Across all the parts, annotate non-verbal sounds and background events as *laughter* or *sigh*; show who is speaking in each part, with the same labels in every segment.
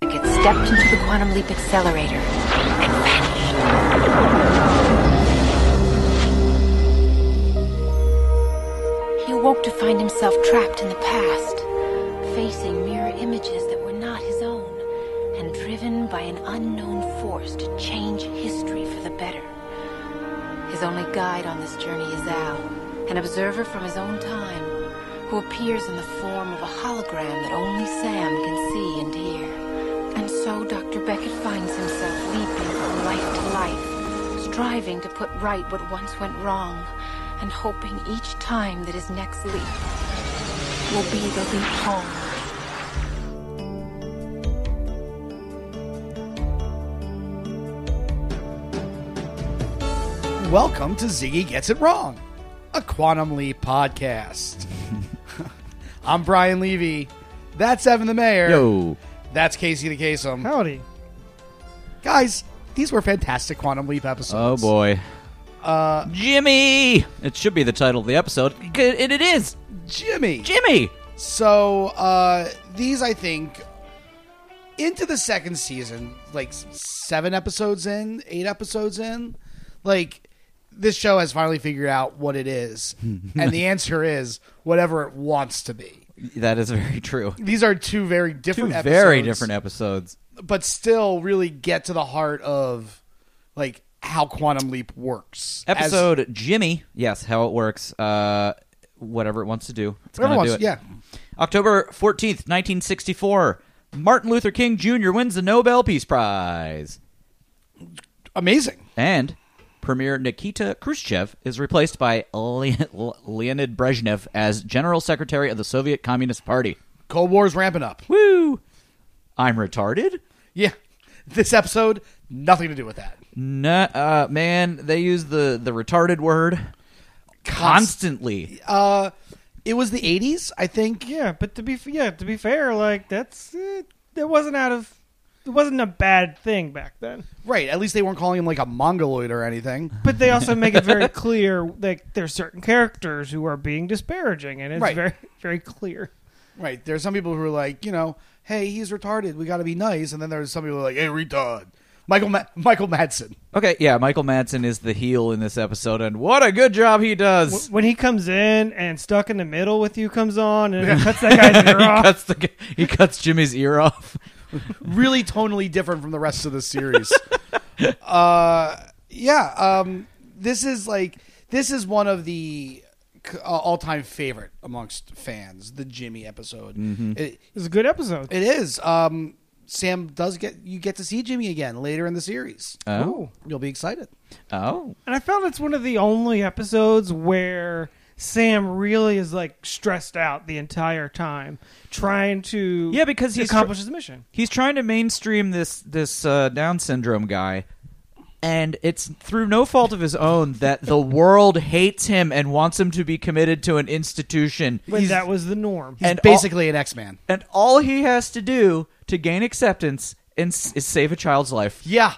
Speaker 1: stepped into the quantum leap accelerator and vanished. He awoke to find himself trapped in the past, facing mirror images that were not his own, and driven by an unknown force to change history for the better. His only guide on this journey is Al, an observer from his own time, who appears in the form of a hologram that only Sam can see and hear. And so Dr. Beckett finds himself leaping from life to life, striving to put right what once went wrong, and hoping each time that his next leap will be the leap home.
Speaker 2: Welcome to Ziggy Gets It Wrong, a Quantum Leap
Speaker 3: *laughs*
Speaker 2: podcast. I'm Brian Levy. That's Evan the Mayor.
Speaker 3: Yo,
Speaker 2: That's Casey the Kasem.
Speaker 4: Howdy.
Speaker 2: Guys, these were fantastic Quantum Leap
Speaker 3: oh
Speaker 2: episodes.
Speaker 3: boy, uh, Jimmy! It should be the title of the episode, and it is
Speaker 2: Jimmy.
Speaker 3: Jimmy.
Speaker 2: So, uh, these, I think, into the second season, like s- seven episodes in, eight episodes in, like this show has finally figured out what it
Speaker 3: *laughs*
Speaker 2: is. and the answer is whatever it wants to be.
Speaker 3: That is very true.
Speaker 2: These are two very
Speaker 3: Two
Speaker 2: different episodes.
Speaker 3: very different episodes.
Speaker 2: but still really get to the heart of like how quantum leap works. As-
Speaker 3: Episode Jimmy. Yes, how it works. Uh, whatever it wants to do. It's
Speaker 2: whatever
Speaker 3: gonna
Speaker 2: wants,
Speaker 3: do it.
Speaker 2: yeah.
Speaker 3: October fourteenth, nineteen sixty-four. Martin Luther King Jr. wins the Nobel Peace Prize,
Speaker 2: Amazing.
Speaker 3: and Premier Nikita Khrushchev is replaced by Leon- *laughs* Leonid Brezhnev as General Secretary of the Soviet Communist Party.
Speaker 2: Cold War's ramping up.
Speaker 3: Woo! I'm retarded?
Speaker 2: Yeah. This episode, nothing to do with that.
Speaker 3: Nah, uh, man, they use the, the retarded word constantly.
Speaker 2: Uh it was the eighties, I think.
Speaker 4: Yeah, but to be f- yeah to be fair, like that's uh, it wasn't out of it wasn't a bad thing back then.
Speaker 2: Right. At least they weren't calling him like a mongoloid or anything.
Speaker 4: But they also make
Speaker 3: *laughs*
Speaker 4: it very clear like there's certain characters who are being disparaging, and it's
Speaker 2: Right.
Speaker 4: very very clear.
Speaker 2: Right. There's some people who are like, you know, hey, he's retarded. We got to be nice. And then there's some people who are like, hey, retard. Michael Ma- Michael Madsen.
Speaker 3: Okay, yeah, Michael Madsen is the heel in this episode, and what a good job he does.
Speaker 4: When he comes in and stuck in the middle with you comes
Speaker 3: *laughs*
Speaker 4: on and cuts that guy's
Speaker 3: *laughs*
Speaker 4: ear
Speaker 3: he,
Speaker 4: off.
Speaker 3: cuts the, g- he cuts Jimmy's ear off.
Speaker 2: really tonally different from the rest of the series.
Speaker 3: *laughs*
Speaker 2: uh, yeah, um, this is like this is one of the c- uh, all-time favorite amongst fans. The Jimmy episode.
Speaker 3: Mm-hmm.
Speaker 2: It,
Speaker 4: It's a good episode.
Speaker 2: it is. Um, Sam does get you get to see Jimmy again later in the series.
Speaker 3: Oh.
Speaker 2: You'll be excited.
Speaker 3: Oh.
Speaker 4: And I felt it's one of the only episodes where Sam really is like stressed out the entire time, trying to
Speaker 3: Yeah, because he's tr-
Speaker 4: accomplish his mission.
Speaker 3: He's trying to mainstream this, this uh, Down syndrome guy, and it's through no fault of his own that the world hates him and wants him to be committed to an institution.
Speaker 4: When
Speaker 2: He's-
Speaker 4: that was the norm.
Speaker 2: He's
Speaker 3: And all-
Speaker 2: basically an X-Man.
Speaker 3: and all he has to do to gain acceptance and s- is save a child's life. *laughs*
Speaker 2: Yeah.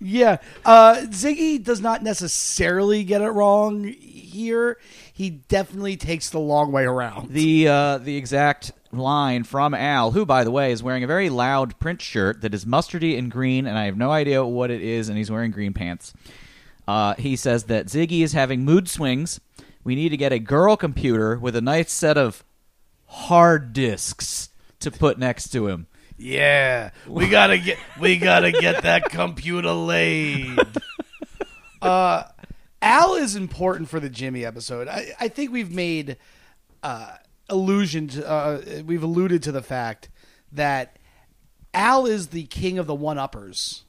Speaker 2: yeah. Uh, Ziggy does not necessarily get it wrong here. He definitely takes the long way around.
Speaker 3: The uh, the exact line from Al, who by the way is wearing a very loud print shirt that is mustardy and green, and I have no idea what it is, and he's wearing green pants. Uh, he says that Ziggy is having mood swings. We need to get a girl computer with a nice set of hard disks to put next to him.
Speaker 2: Yeah, we gotta get we gotta get
Speaker 4: *laughs*
Speaker 2: that computer laid. Uh, Al is important for the Jimmy episode. I, I think we've made uh, allusion to, uh, we've alluded to the fact that Al is the king of the one
Speaker 4: *laughs*
Speaker 2: uppers.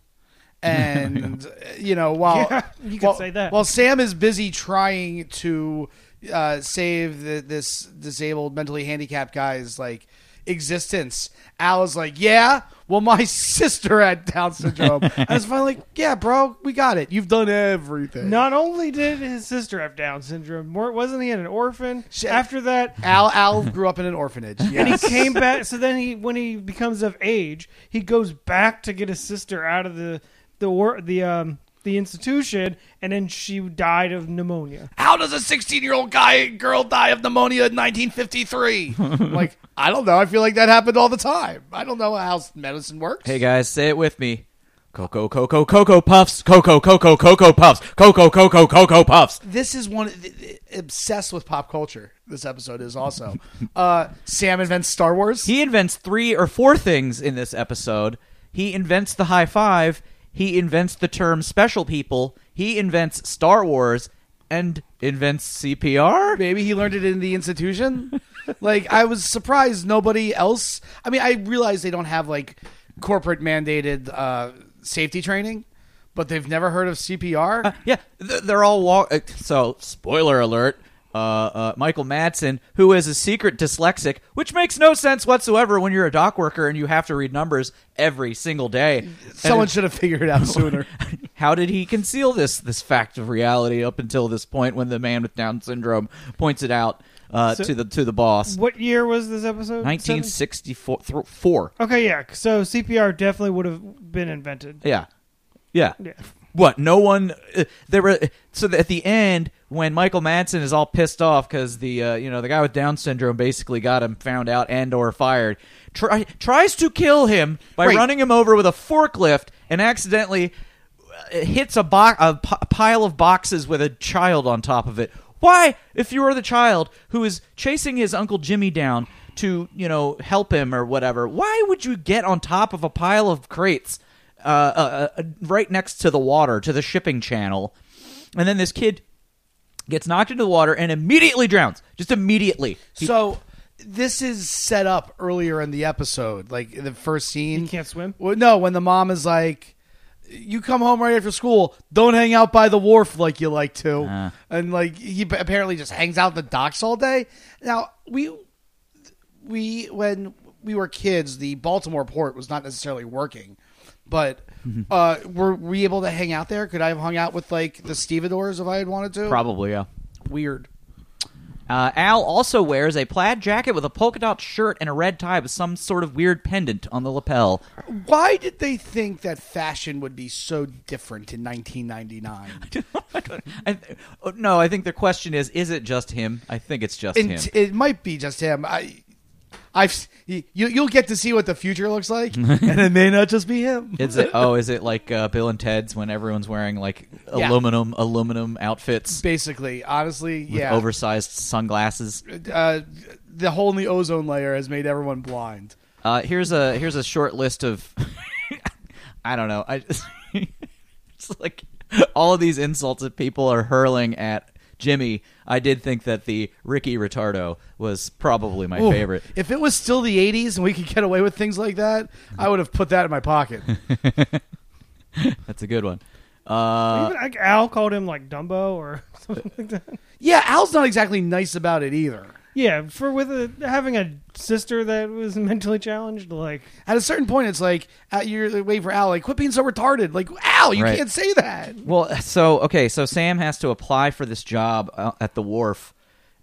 Speaker 2: And uh, you know, while
Speaker 4: Yeah, *laughs* you could
Speaker 2: while-
Speaker 4: say that.
Speaker 2: while Sam is busy trying to uh, save the, this disabled, mentally handicapped guy's like existence, Al is like, "Yeah, well, my *laughs* sister had Down syndrome." and it's finally like, "Yeah, bro, we got it. You've done everything."
Speaker 4: Not only did his sister have Down syndrome, more wasn't he an orphan?
Speaker 2: Shit.
Speaker 4: After that,
Speaker 2: Al Al grew up in an orphanage.
Speaker 4: and he
Speaker 2: yes.
Speaker 4: came back. So then he, when he becomes of age, he goes back to get his sister out of the the war, the um the institution, and then she died of pneumonia.
Speaker 2: How does a 16 year old guy girl die of pneumonia in 1953?
Speaker 4: *laughs*
Speaker 2: I'm like, I don't know. I feel like that happened all the time. I don't know how medicine works.
Speaker 3: Hey guys, say it with me. Coco, coco, coco puffs. Coco, coco, coco puffs. Coco, coco, coco puffs.
Speaker 2: this is one th- th- obsessed with pop culture. This episode is also *laughs* uh, Sam invents Star Wars.
Speaker 3: He invents three or four things in this episode. He invents the high five. He invents the term special people. He invents Star Wars and invents CPR.
Speaker 2: Maybe he learned it in the
Speaker 3: *laughs*
Speaker 2: institution. like I was surprised nobody else. I mean, I realize they don't have like corporate mandated uh, safety training, but they've never heard of CPR.
Speaker 3: Yeah, th- they're all walk. uh, So, spoiler alert. Uh, uh, Michael Madsen, who is a secret dyslexic, which makes no sense whatsoever when you're a dock worker and you have to read numbers every single day.
Speaker 2: Someone
Speaker 3: And-
Speaker 2: should have figured it
Speaker 3: *laughs*
Speaker 2: out sooner.
Speaker 3: How did he conceal this this fact of reality up until this point when the man with Down syndrome points it out uh,
Speaker 4: So-
Speaker 3: to the to the boss?
Speaker 4: What year was this episode?
Speaker 3: 1964 thro- four.
Speaker 4: Okay, yeah. So CPR definitely would have been invented.
Speaker 3: Yeah. Yeah.
Speaker 4: Yeah.
Speaker 3: What? No one. Uh, there were. So at the end, when Michael Madsen is all pissed off because the uh, you know the guy with Down syndrome basically got him found out and or fired, try, tries to kill him by
Speaker 2: Right.
Speaker 3: running him over with a forklift and accidentally uh, hits a, bo- a p- pile of boxes with a child on top of it. Why, if you are the child who is chasing his uncle Jimmy down to you know help him or whatever, why would you get on top of a pile of crates? uh, uh, uh, right next to the water, to the shipping channel. And then this kid gets knocked into the water and immediately drowns. Just immediately. He-
Speaker 2: so this is set up earlier in the episode, like the first scene.
Speaker 4: He can't swim?
Speaker 2: Well, no, when the mom is like, "You come home right after school. Don't hang out by the wharf like you like to,"
Speaker 4: Uh.
Speaker 2: and like he b- apparently just hangs out at the docks all day. Now we we when we were kids, the Baltimore port was not necessarily working, but.
Speaker 4: Mm-hmm.
Speaker 2: Uh, were we able to hang out there? Could I have hung out with like the stevedores if I had wanted to?
Speaker 3: probably, yeah.
Speaker 2: Weird.
Speaker 3: Uh, Al also wears a plaid jacket with a polka dot shirt and a red tie with some sort of weird pendant on the lapel.
Speaker 2: Why did they think that fashion would be so different in 1999?
Speaker 3: I, oh, no, I think the question is: Is it just him? I think it's just
Speaker 2: And
Speaker 3: him.
Speaker 2: t- it might be just him. I, I've you you'll get to see what the future looks like,
Speaker 3: *laughs*
Speaker 2: and it may not just be him.
Speaker 3: is it? Oh, is it like uh, Bill and Ted's when everyone's wearing like
Speaker 2: Yeah.
Speaker 3: aluminum aluminum outfits,
Speaker 2: Basically, honestly,
Speaker 3: with
Speaker 2: yeah.
Speaker 3: oversized sunglasses?
Speaker 2: uh, the hole in the ozone layer has made everyone blind.
Speaker 3: Uh, here's a here's a short list of *laughs* I don't know. I just *laughs* it's like all of these insults that people are hurling at Jimmy. I did think that the Ricky Retardo was probably my
Speaker 2: Ooh,
Speaker 3: favorite.
Speaker 2: If it was still the 80s and we could get away with things like that, I would have put that in my
Speaker 3: *laughs*
Speaker 2: pocket.
Speaker 3: That's a good one. Uh,
Speaker 4: Even like, Al called him like Dumbo or *laughs* something like that.
Speaker 2: yeah, Al's not exactly nice about it either.
Speaker 4: Yeah, for with a, having a sister that was *laughs* mentally challenged, like
Speaker 2: At a certain point, it's like uh, you're waiting for Al. Like, quit being so retarded. Like, Al, you
Speaker 3: Right.
Speaker 2: can't say that.
Speaker 3: well, so okay, so Sam has to apply for this job uh, at the wharf,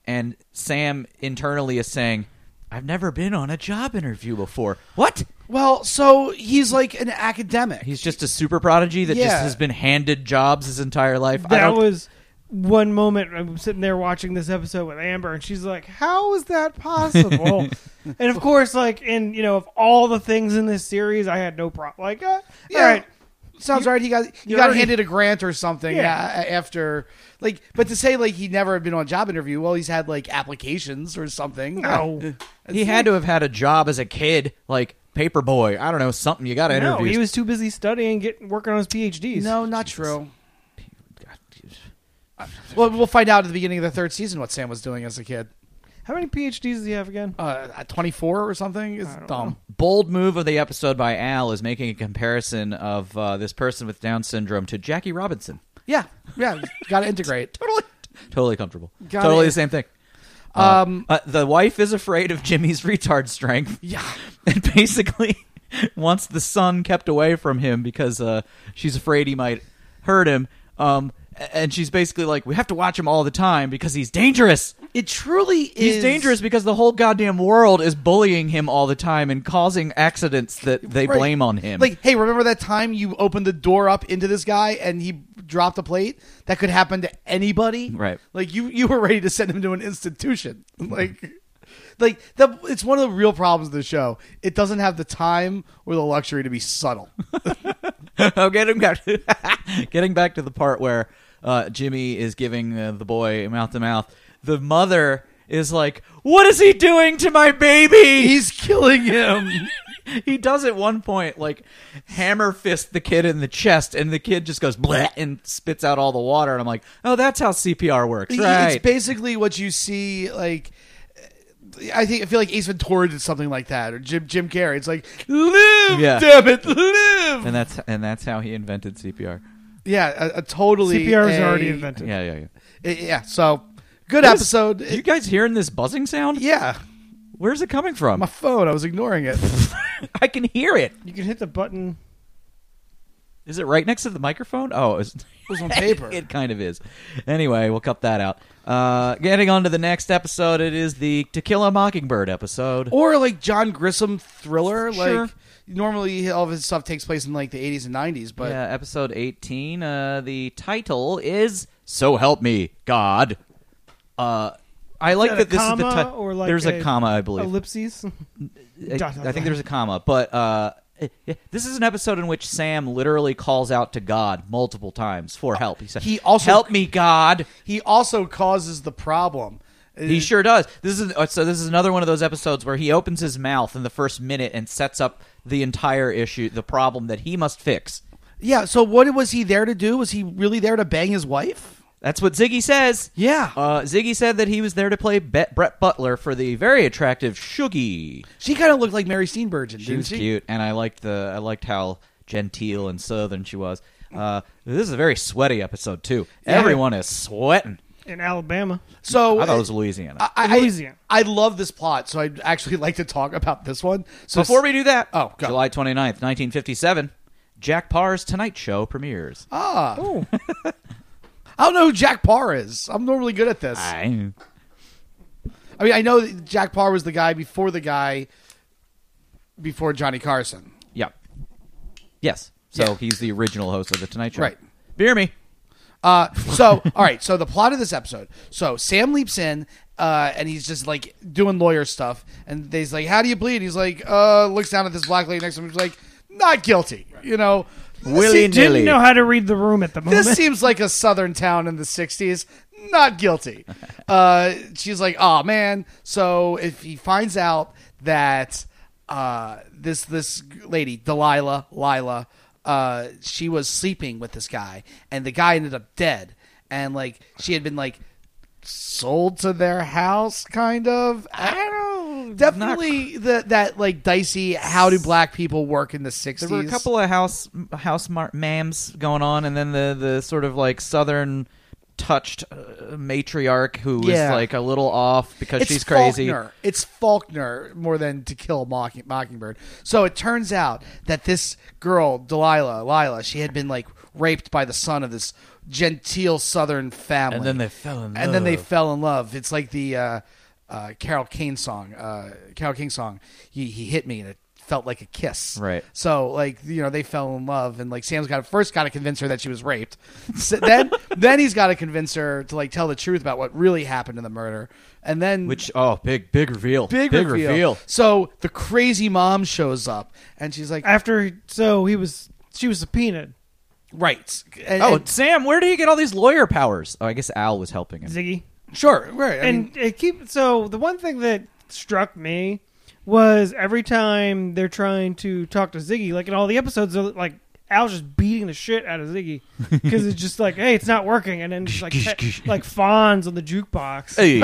Speaker 3: and Sam internally is saying, "I've never been on a job interview before." What?
Speaker 2: Well, so he's like an academic.
Speaker 3: He's just a super prodigy that just
Speaker 2: Yeah.
Speaker 3: has been handed jobs his entire life. I
Speaker 4: that
Speaker 3: don't-
Speaker 4: was one moment I'm sitting there watching this episode with Amber, and she's like, "How is
Speaker 3: *laughs*
Speaker 4: that possible?" and of course, like in you know, of all the things in this series, I had no problem. Like, uh, all right,
Speaker 2: sounds right. He got he
Speaker 4: you're
Speaker 2: got
Speaker 4: already-
Speaker 2: handed a grant or something.
Speaker 4: Yeah.
Speaker 2: uh, after like, but to say like he never had been on a job interview. Well, he's had like applications or something. Uh,
Speaker 4: no,
Speaker 3: he had to have had a job as a kid, like paperboy. I don't know something. You got to
Speaker 4: no,
Speaker 3: interview.
Speaker 4: he was too busy studying, getting working on his PhDs.
Speaker 2: no, not true. Well, we'll find out at the beginning of the third season what Sam was doing as a kid.
Speaker 4: how many PhDs does he have again?
Speaker 2: Uh, at 24 or something is dumb.
Speaker 3: bold move of the episode by Al is making a comparison of uh, this person with Down syndrome to Jackie Robinson.
Speaker 2: Yeah, yeah, got to integrate.
Speaker 3: Totally, totally comfortable.
Speaker 2: Got
Speaker 3: totally
Speaker 2: it.
Speaker 3: the same thing. Um, the wife is afraid of Jimmy's retard strength.
Speaker 2: Yeah.
Speaker 3: *laughs* and basically *laughs* wants the son kept away from him because uh, she's afraid he might hurt him. Um, and she's basically like, "We have to watch him all the time because he's dangerous.
Speaker 2: It truly is
Speaker 3: He's dangerous because the whole goddamn world is bullying him all the time and causing accidents that they
Speaker 2: Right.
Speaker 3: blame on him."
Speaker 2: Like, hey, remember that time you opened the door up into this guy and he dropped a plate? That could happen to anybody.
Speaker 3: Right.
Speaker 2: Like you you were ready to send him to an institution. *laughs* Like like the it's one of the real problems of the show. It doesn't have the time or the luxury to be
Speaker 3: *laughs*
Speaker 2: subtle.
Speaker 3: *laughs* oh, getting back, *laughs* getting back to the part where uh, Jimmy is giving uh, the boy mouth to mouth. The mother is like, "What is he doing to my baby?"
Speaker 2: He's killing him.
Speaker 3: *laughs* he does at one point like hammer fist the kid in the chest, and the kid just goes bleh and spits out all the water. And I'm like, "Oh, that's how CPR works, right?"
Speaker 2: It's basically what you see like I think I feel like Ace Ventura did something like that, or Jim Jim Carrey. It's like live,
Speaker 3: Yeah.
Speaker 2: damn it, live.
Speaker 3: and that's and that's how he invented CPR.
Speaker 2: yeah, a, a totally
Speaker 4: CPR is
Speaker 2: a- *laughs*
Speaker 4: already invented.
Speaker 3: Yeah, yeah, yeah.
Speaker 2: Eh, Yeah. So good
Speaker 3: What is-
Speaker 2: episode. Eh,
Speaker 3: you guys hearing this buzzing sound?
Speaker 2: yeah.
Speaker 3: Where's it coming from? *laughs*
Speaker 2: My phone. I was ignoring it.
Speaker 3: I can hear it.
Speaker 4: You can hit the button.
Speaker 3: Is it right next to the microphone? Oh, it's
Speaker 2: was on paper.
Speaker 3: *laughs* it kind of is. Anyway, we'll cut that out. Uh, getting on to the next episode, it is the To Kill a Mockingbird episode.
Speaker 2: or like John Grissom thriller.
Speaker 3: Sure.
Speaker 2: Like normally all of his stuff takes place in like the 80s and 90s, but
Speaker 3: yeah, episode 18. Uh, the title is So Help Me, God. Uh, I like
Speaker 4: Is
Speaker 3: that,
Speaker 4: that a
Speaker 3: this is the
Speaker 4: comma
Speaker 3: ti-
Speaker 4: or like
Speaker 3: There's a,
Speaker 4: a-
Speaker 3: comma, I believe.
Speaker 4: Ellipses. *laughs*
Speaker 3: I,
Speaker 4: Dot, dot,
Speaker 3: I think
Speaker 4: dot.
Speaker 3: there's a comma, but uh, eh, eh, this is an episode in which Sam literally calls out to God multiple times for help. He said,
Speaker 2: He also-
Speaker 3: help me, God."
Speaker 2: he also causes the problem. Eh,
Speaker 3: He sure does. This is uh, so. This is another one of those episodes where he opens his mouth in the first minute and sets up the entire issue, the problem that he must fix.
Speaker 2: Yeah, so what was he there to do? Was he really there to bang his wife?
Speaker 3: That's what Ziggy says.
Speaker 2: Yeah.
Speaker 3: Uh, Ziggy said that he was there to play Bet- Brett Butler for the very attractive Shuggy.
Speaker 2: She kind of looked like Mary Steenburgen,
Speaker 3: She
Speaker 2: didn't
Speaker 3: was
Speaker 2: she?
Speaker 3: cute, and I liked the I liked how genteel and southern she was. Uh, this is a very sweaty episode too. Everyone is sweating.
Speaker 4: in Alabama.
Speaker 2: So eh,
Speaker 3: I thought it was Louisiana.
Speaker 2: I,
Speaker 4: Louisiana.
Speaker 2: I, I love this plot, so I'd actually *laughs* like to talk about this one. So
Speaker 3: Before we do that,
Speaker 2: Oh, go.
Speaker 3: July 29th, 1957, Jack Parr's Tonight Show premieres.
Speaker 2: Uh, I don't know who Jack Parr is. I'm normally good at this.
Speaker 3: I-
Speaker 2: I mean, I know that Jack Parr was the guy before the guy before Johnny Carson.
Speaker 3: Yeah. Yes. So
Speaker 2: Yeah.
Speaker 3: he's the original host of the Tonight Show.
Speaker 2: Right.
Speaker 3: Beer me.
Speaker 2: Uh, so, all right. So the plot of this episode. So Sam leaps in, uh, and he's just like doing lawyer stuff, and they's like, "How do you plead?" He's like, uh, looks down at this black lady next to him. He's like, "Not guilty." You know,
Speaker 3: Willy
Speaker 2: This, se-
Speaker 3: nilly.
Speaker 4: Didn't
Speaker 3: Really?
Speaker 4: know how to read the room at the moment.
Speaker 2: this seems like a southern town in the '60s. Not
Speaker 3: *laughs*
Speaker 2: guilty. Uh, she's like, "Oh man." So if he finds out that uh, this this lady Delilah Lila, uh, she was sleeping with this guy, and the guy ended up dead, and like she had been like sold to their house, kind of. I don't know. Definitely the, that like dicey. How do black people work in the
Speaker 3: There
Speaker 2: sixties?
Speaker 3: were a couple of house house mar- mams going on, and then the the sort of like southern touched uh, matriarch who is
Speaker 2: Yeah.
Speaker 3: like a little off because
Speaker 2: it's
Speaker 3: she's crazy.
Speaker 2: Faulkner. It's Faulkner more than to kill a mocking, Mockingbird. So it turns out that this girl, Delilah, Lila, she had been like raped by the son of this genteel Southern family,
Speaker 3: And then they fell in
Speaker 2: And then they
Speaker 3: love.
Speaker 2: fell in love. It's like the uh, uh, Carol Kane song. Uh, Carol King song. He, he hit me and it felt like a kiss.
Speaker 3: Right.
Speaker 2: So like you know they fell in love and like Sam's got to first got to convince her that she was raped. So then *laughs* then he's got to convince her to like tell the truth about what really happened in the murder. And then
Speaker 3: Which oh, big big reveal,
Speaker 2: big, reveal. So the crazy mom shows up and she's like,
Speaker 4: After so he was she was subpoenaed.
Speaker 2: right. And,
Speaker 3: Oh,
Speaker 2: and-
Speaker 3: Sam, where do you get all these lawyer powers? Oh, I guess Al was helping him.
Speaker 4: Ziggy.
Speaker 2: sure, right. I mean,
Speaker 4: and it keep so the one thing that struck me was every time they're trying to talk to Ziggy, like in all the episodes, they're like Al's just beating the shit out of
Speaker 3: *laughs*
Speaker 4: Ziggy because it's just like, hey, it's not working, and then just like pe- like fawns on the
Speaker 3: *laughs*
Speaker 4: jukebox.
Speaker 3: Hey,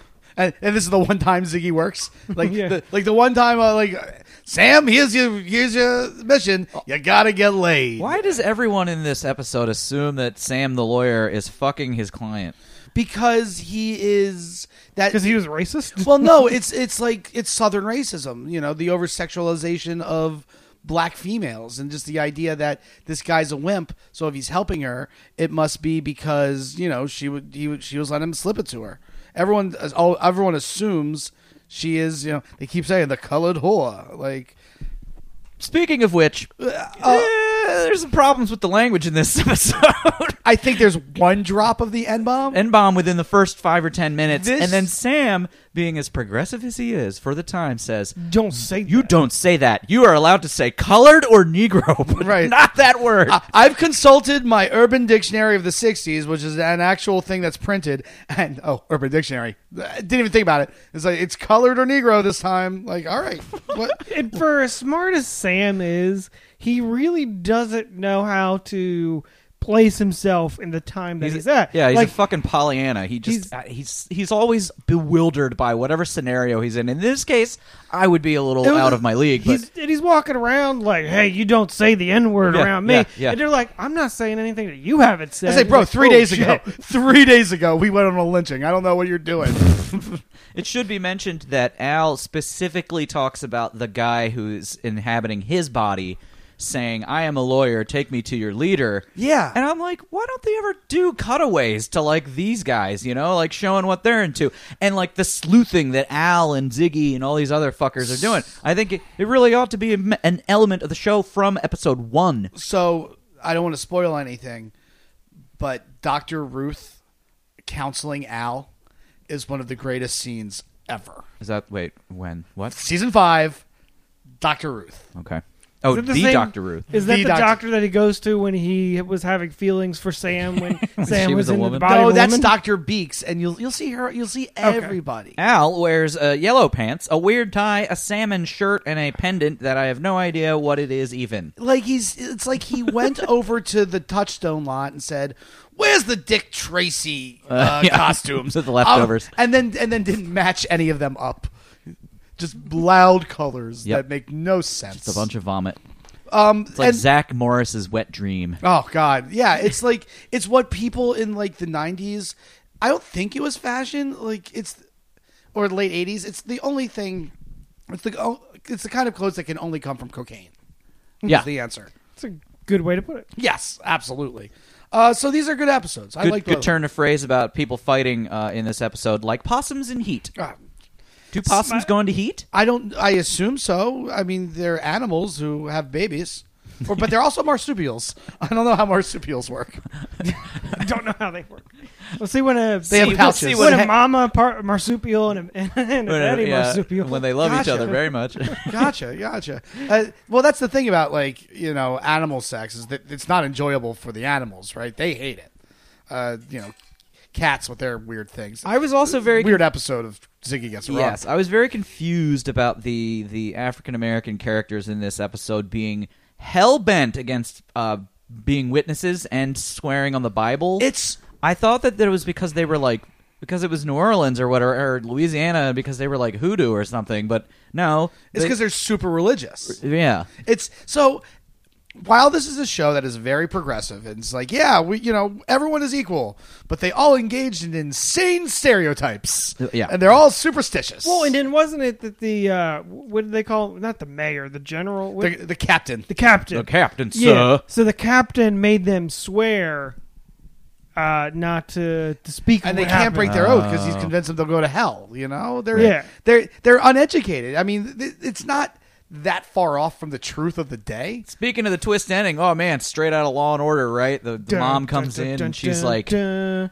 Speaker 2: *laughs* and, and this is the one time Ziggy works. Like,
Speaker 4: Yeah.
Speaker 2: the, like the one time, uh, like Sam, here's your here's your mission. You gotta get laid.
Speaker 3: Oh. why does everyone in this episode assume that Sam the lawyer is fucking his client?
Speaker 2: Because he is that.
Speaker 4: Because he was racist.
Speaker 2: well, no, it's it's like it's Southern racism. You know, the over sexualization of black females and just the idea that this guy's a wimp. So if he's helping her, it must be because you know she would he would, she was letting him slip it to her. Everyone all, everyone assumes she is you know they keep saying the colored whore like
Speaker 3: Speaking of which,
Speaker 2: Uh,
Speaker 3: eh, there's some problems with the language in this *laughs* episode.
Speaker 2: I think there's one drop of the N bomb.
Speaker 3: N bomb within the first five or ten minutes,
Speaker 2: This-
Speaker 3: and then Sam, being as progressive as he is for the time, says,
Speaker 4: Don't say
Speaker 3: "You
Speaker 4: that.
Speaker 3: don't say that. You are allowed to say colored or Negro, *laughs* but
Speaker 2: Right.
Speaker 3: not that word."
Speaker 2: *laughs*
Speaker 4: Ah,
Speaker 2: I- I've consulted my Urban Dictionary of the 60s, which is an actual thing that's printed. And, oh, Urban Dictionary. I didn't even think about it. It's like, it's colored or Negro this time. Like, all right. What?
Speaker 4: And for as smart as Sam is, he really doesn't know how to place himself in the time that he's, at.
Speaker 3: Yeah, he's
Speaker 4: like
Speaker 3: a fucking Pollyanna. He just he's,
Speaker 4: He's-
Speaker 3: he's he's always bewildered by whatever scenario he's in. In this case, I would be a little
Speaker 4: It was-
Speaker 3: out of my league. But
Speaker 4: He's, and he's walking around like, "Hey, you don't say the N word
Speaker 3: Yeah,
Speaker 4: around me."
Speaker 3: yeah, yeah.
Speaker 4: And they're like, "I'm not saying anything that you haven't said."
Speaker 2: I say,
Speaker 4: He's
Speaker 2: bro,
Speaker 4: like,
Speaker 2: three
Speaker 4: "Oh,
Speaker 2: days
Speaker 4: shit."
Speaker 2: ago, *laughs* three days ago, we went on a lynching. I don't know what you're doing.
Speaker 3: It should be mentioned that Al specifically talks about the guy who's inhabiting his body saying, I am a lawyer, take me to your leader.
Speaker 2: Yeah.
Speaker 3: And I'm like, why don't they ever do cutaways to like these guys, you know, like showing what they're into and like the sleuthing that Al and Ziggy and all these other fuckers are doing? I think it, it really ought to be a me- an element of the show from episode one.
Speaker 2: So I don't want to spoil anything, but Dr. Ruth counseling Al is one of the greatest scenes ever.
Speaker 3: Is that, wait, when? What?
Speaker 2: Season five, Dr. Ruth.
Speaker 3: Okay. *laughs* Oh,
Speaker 4: Is it
Speaker 3: the,
Speaker 4: same-
Speaker 3: Dr. Ruth.
Speaker 4: Is that
Speaker 2: The
Speaker 4: the,
Speaker 2: doctor.
Speaker 4: doctor. that he goes to when he was having feelings for Sam
Speaker 3: *laughs*
Speaker 4: when Sam
Speaker 3: she was
Speaker 4: was,
Speaker 3: a
Speaker 4: in
Speaker 3: woman?
Speaker 4: the body?
Speaker 2: no,
Speaker 4: of a
Speaker 2: that's
Speaker 4: woman?
Speaker 2: Doctor Beeks, and you'll you'll see her. You'll see everybody.
Speaker 3: Al wears uh, yellow pants, a weird tie, a salmon shirt, and a pendant that I have no idea what it is even.
Speaker 2: Like he's, it's like he
Speaker 3: *laughs*
Speaker 2: went over to the Touchstone lot and said, "Where's the Dick Tracy uh,
Speaker 3: *laughs* yeah.
Speaker 2: costumes?
Speaker 3: The leftovers.
Speaker 2: Um, and then and then didn't match any of them up. Just loud colors
Speaker 3: Yep.
Speaker 2: that make no sense.
Speaker 3: It's a bunch of vomit.
Speaker 2: Um,
Speaker 3: It's like
Speaker 2: and-
Speaker 3: Zach Morris's wet dream.
Speaker 2: Oh God, yeah. It's *laughs* like it's what people in like the '90s. I don't think it was fashion. Like it's or late '80s. It's the only thing. It's the oh, it's the kind of clothes that can only come from cocaine. is
Speaker 3: Yeah.
Speaker 2: the answer.
Speaker 4: That's a good way to put it. *laughs*
Speaker 2: Yes, absolutely. Uh, so these are good episodes. I
Speaker 3: Good,
Speaker 2: like
Speaker 3: good
Speaker 2: both.
Speaker 3: turn of phrase about people fighting uh, in this episode, like possums in heat.
Speaker 2: Uh,
Speaker 3: Do possums go into heat?
Speaker 2: I don't. I assume so. I mean, they're animals who have babies, or, but they're also *laughs* marsupials. I don't know how marsupials work.
Speaker 4: I don't know how they work. We'll see when a
Speaker 2: They have
Speaker 4: see-
Speaker 2: pouches.
Speaker 4: We'll see when
Speaker 2: What
Speaker 4: a
Speaker 2: he-
Speaker 4: mama par- marsupial and a, *laughs* and a daddy
Speaker 3: Yeah,
Speaker 4: marsupial.
Speaker 3: when they love each
Speaker 2: Gotcha.
Speaker 3: other
Speaker 2: *laughs*
Speaker 3: very much.
Speaker 2: gotcha, gotcha. Uh, well, that's the thing about like you know animal sex is that it's not enjoyable for the animals, right? They hate it. Uh, you know, cats with their weird things.
Speaker 3: I was also very
Speaker 2: weird episode of Ziggy gets it wrong.
Speaker 3: Yes, I was very confused about the the African American characters in this episode being hell bent against uh, being witnesses and swearing on the Bible.
Speaker 2: It's-
Speaker 3: I thought that that was because they were like because it was New Orleans or whatever or Louisiana because they were like hoodoo or something. But no,
Speaker 2: It's because they're super religious.
Speaker 3: they, yeah.
Speaker 2: It's so while this is a show that is very progressive and it's like, yeah, we you know, everyone is equal, but they all engaged in insane stereotypes.
Speaker 3: Yeah.
Speaker 2: And they're all superstitious.
Speaker 4: Well, Oh, and then wasn't it that the uh, what did they call not the mayor, the general, what,
Speaker 2: the,
Speaker 4: the,
Speaker 2: the captain.
Speaker 4: captain,
Speaker 3: The captain,
Speaker 4: Yeah.
Speaker 3: sir.
Speaker 4: So the captain made them swear uh, not to to speak,
Speaker 2: and
Speaker 4: of
Speaker 2: they
Speaker 4: what
Speaker 2: can't break
Speaker 4: happened.
Speaker 2: their oath because he's convinced them they'll go to hell. You know, they're
Speaker 4: Oh. Yeah.
Speaker 2: they're they're uneducated. I mean, th- it's not that far off from the truth of the day.
Speaker 3: Speaking of the twist ending, oh man, straight out of Law and Order, right? The, the
Speaker 4: Dun,
Speaker 3: mom
Speaker 4: dun,
Speaker 3: comes
Speaker 4: dun,
Speaker 3: in
Speaker 4: dun,
Speaker 3: and she's
Speaker 4: dun,
Speaker 3: like,
Speaker 4: dun.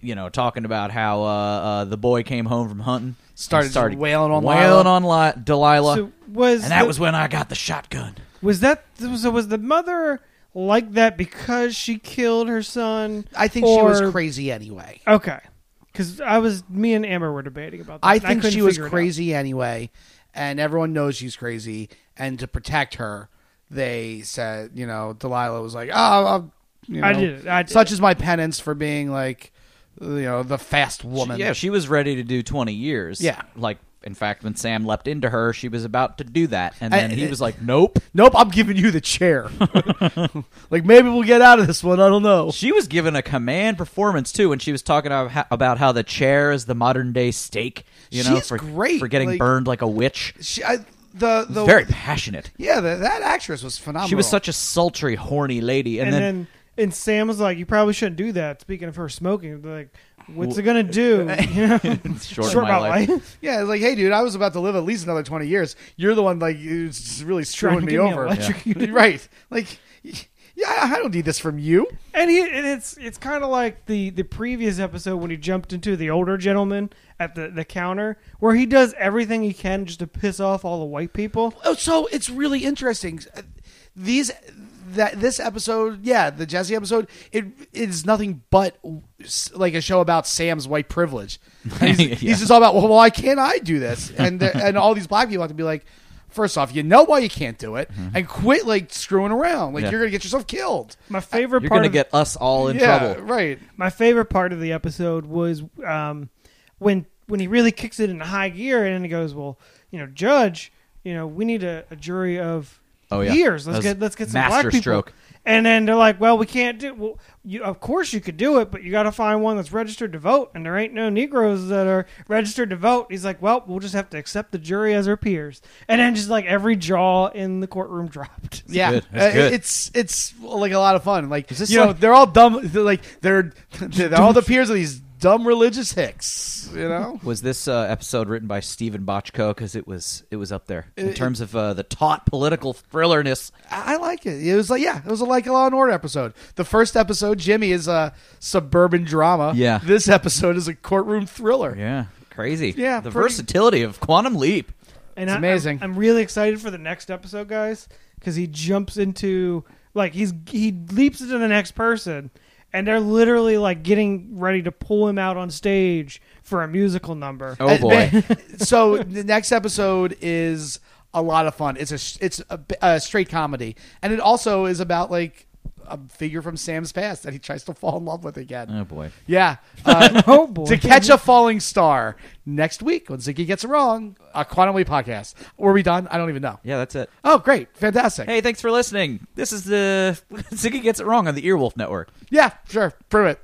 Speaker 3: you know, talking about how uh, uh, the boy came home from hunting,
Speaker 2: Started wailing on
Speaker 3: wailing
Speaker 2: Lila.
Speaker 3: on Li- Delilah,
Speaker 4: So was
Speaker 3: and that
Speaker 4: the-
Speaker 3: was when I got the shotgun.
Speaker 4: was that so was the mother like that because she killed her son?
Speaker 2: I think she was
Speaker 4: or-
Speaker 2: crazy anyway.
Speaker 4: Okay, because I was me and Amber were debating about that.
Speaker 2: I
Speaker 4: and
Speaker 2: think
Speaker 4: couldn't
Speaker 2: she was
Speaker 4: figure it out.
Speaker 2: crazy anyway, and everyone knows she's crazy. And to protect her, they said, you know, Delilah was like, "Oh, I'll, you know,
Speaker 4: I did it. I did
Speaker 2: such
Speaker 4: it.
Speaker 2: is my penance for being like, you know, the fast woman."
Speaker 3: Yeah, she was ready to do 20 years.
Speaker 2: Yeah.
Speaker 3: Like, in fact, when Sam leapt into her, she was about to do that. And
Speaker 2: I-
Speaker 3: then he was like, nope.
Speaker 2: Nope, I'm giving you the chair. *laughs* like maybe we'll get out of this one. I don't know.
Speaker 3: She was given a command performance, too, and she was talking about how, about how the chair is the modern day steak, you know,
Speaker 2: She's
Speaker 3: for,
Speaker 2: great,
Speaker 3: for getting
Speaker 2: like-
Speaker 3: burned like a witch.
Speaker 2: she, I, the the
Speaker 3: very passionate.
Speaker 2: yeah the, that actress was phenomenal.
Speaker 3: She was such a sultry, horny lady, and,
Speaker 4: and, then, and Sam was like, "You probably shouldn't do that." Speaking of her smoking, they're like, "What's it
Speaker 3: *laughs*
Speaker 4: gonna do?" You know?
Speaker 3: short,
Speaker 4: Short
Speaker 3: my life.
Speaker 2: yeah. It's like, hey, dude, I was about to live at least another twenty years. You're the one like who's really screwing
Speaker 4: to
Speaker 2: me
Speaker 4: get me
Speaker 2: over, *laughs*
Speaker 4: electrocuted.
Speaker 2: right? Like, yeah, I I don't need this from you.
Speaker 4: And he, and it's it's kind of like the the previous episode when he jumped into the older gentleman at the the counter, where he does everything he can just to piss off all the white people.
Speaker 2: Oh, so it's really interesting. uh, These that this episode, yeah, the Jesse episode, it it is nothing but s- like a show about Sam's white
Speaker 3: *laughs*
Speaker 2: privilege. And he's,
Speaker 3: Yeah.
Speaker 2: he's just all about, well, why can't I do this? And the- and all these black people have to be like, first off, you know why you can't do it, and quit like screwing around. Like
Speaker 3: Mm-hmm. Yeah.
Speaker 2: you're gonna get yourself killed.
Speaker 4: My favorite
Speaker 3: You're
Speaker 4: part
Speaker 3: gonna
Speaker 4: of
Speaker 3: get us all in
Speaker 2: yeah,
Speaker 3: trouble.
Speaker 2: right.
Speaker 4: my favorite part of the episode was um, when when he really kicks it into high gear and he goes, "Well, you know, judge, you know, we need a, a jury of
Speaker 3: Oh, yeah.
Speaker 4: years.
Speaker 3: That
Speaker 4: Let's
Speaker 3: was
Speaker 4: get let's get some black people."
Speaker 3: masterstroke.
Speaker 4: And then they're like, "Well, we can't do. Well, you, of course you could do it, but you got to find one that's registered to vote, and there ain't no Negroes that are registered to vote." He's like, "Well, we'll just have to accept the jury as our peers." And then just like every jaw in the courtroom *laughs* dropped.
Speaker 2: yeah, Uh,
Speaker 3: good. That's good.
Speaker 2: it's it's like a lot of fun. Like
Speaker 3: Is this
Speaker 2: you know,
Speaker 3: like-
Speaker 2: they're all dumb. They're like *laughs* they're they're
Speaker 3: *laughs*
Speaker 2: all the peers of these dumb religious hicks. You know.
Speaker 3: Was this uh, episode written by Stephen Bochco? Because it was it was up there in terms of uh, the taut political thrillerness.
Speaker 2: I I like it. It was like yeah, it was a like a Law and Order episode. The first episode, Jimmy is a suburban drama.
Speaker 3: Yeah.
Speaker 2: this episode is a courtroom thriller.
Speaker 3: Yeah, crazy.
Speaker 2: Yeah,
Speaker 3: the
Speaker 2: pretty-
Speaker 3: versatility of Quantum Leap.
Speaker 4: And
Speaker 2: It's
Speaker 4: I-
Speaker 2: amazing.
Speaker 4: I'm, I'm really excited for the next episode, guys, because he jumps into like he's he leaps into the next person, and they're literally like getting ready to pull him out on stage for a musical number.
Speaker 3: Oh
Speaker 2: Uh,
Speaker 3: boy,
Speaker 2: man, so the next episode is a lot of fun. It's a it's a, a straight comedy, and it also is about like a figure from Sam's past that he tries to fall in love with again.
Speaker 3: oh boy. *laughs*
Speaker 2: Yeah. Uh,
Speaker 4: *laughs* Oh, boy.
Speaker 2: To catch a falling star next week when Ziggy gets it wrong, a Quantum Leap podcast. Were we done? I don't even know.
Speaker 3: *laughs* Yeah, that's it.
Speaker 2: Oh, great. Fantastic.
Speaker 3: *laughs* Hey, thanks for listening. This is the Ziggy gets it wrong on the Earwolf Network.
Speaker 2: Yeah, sure. Prove it.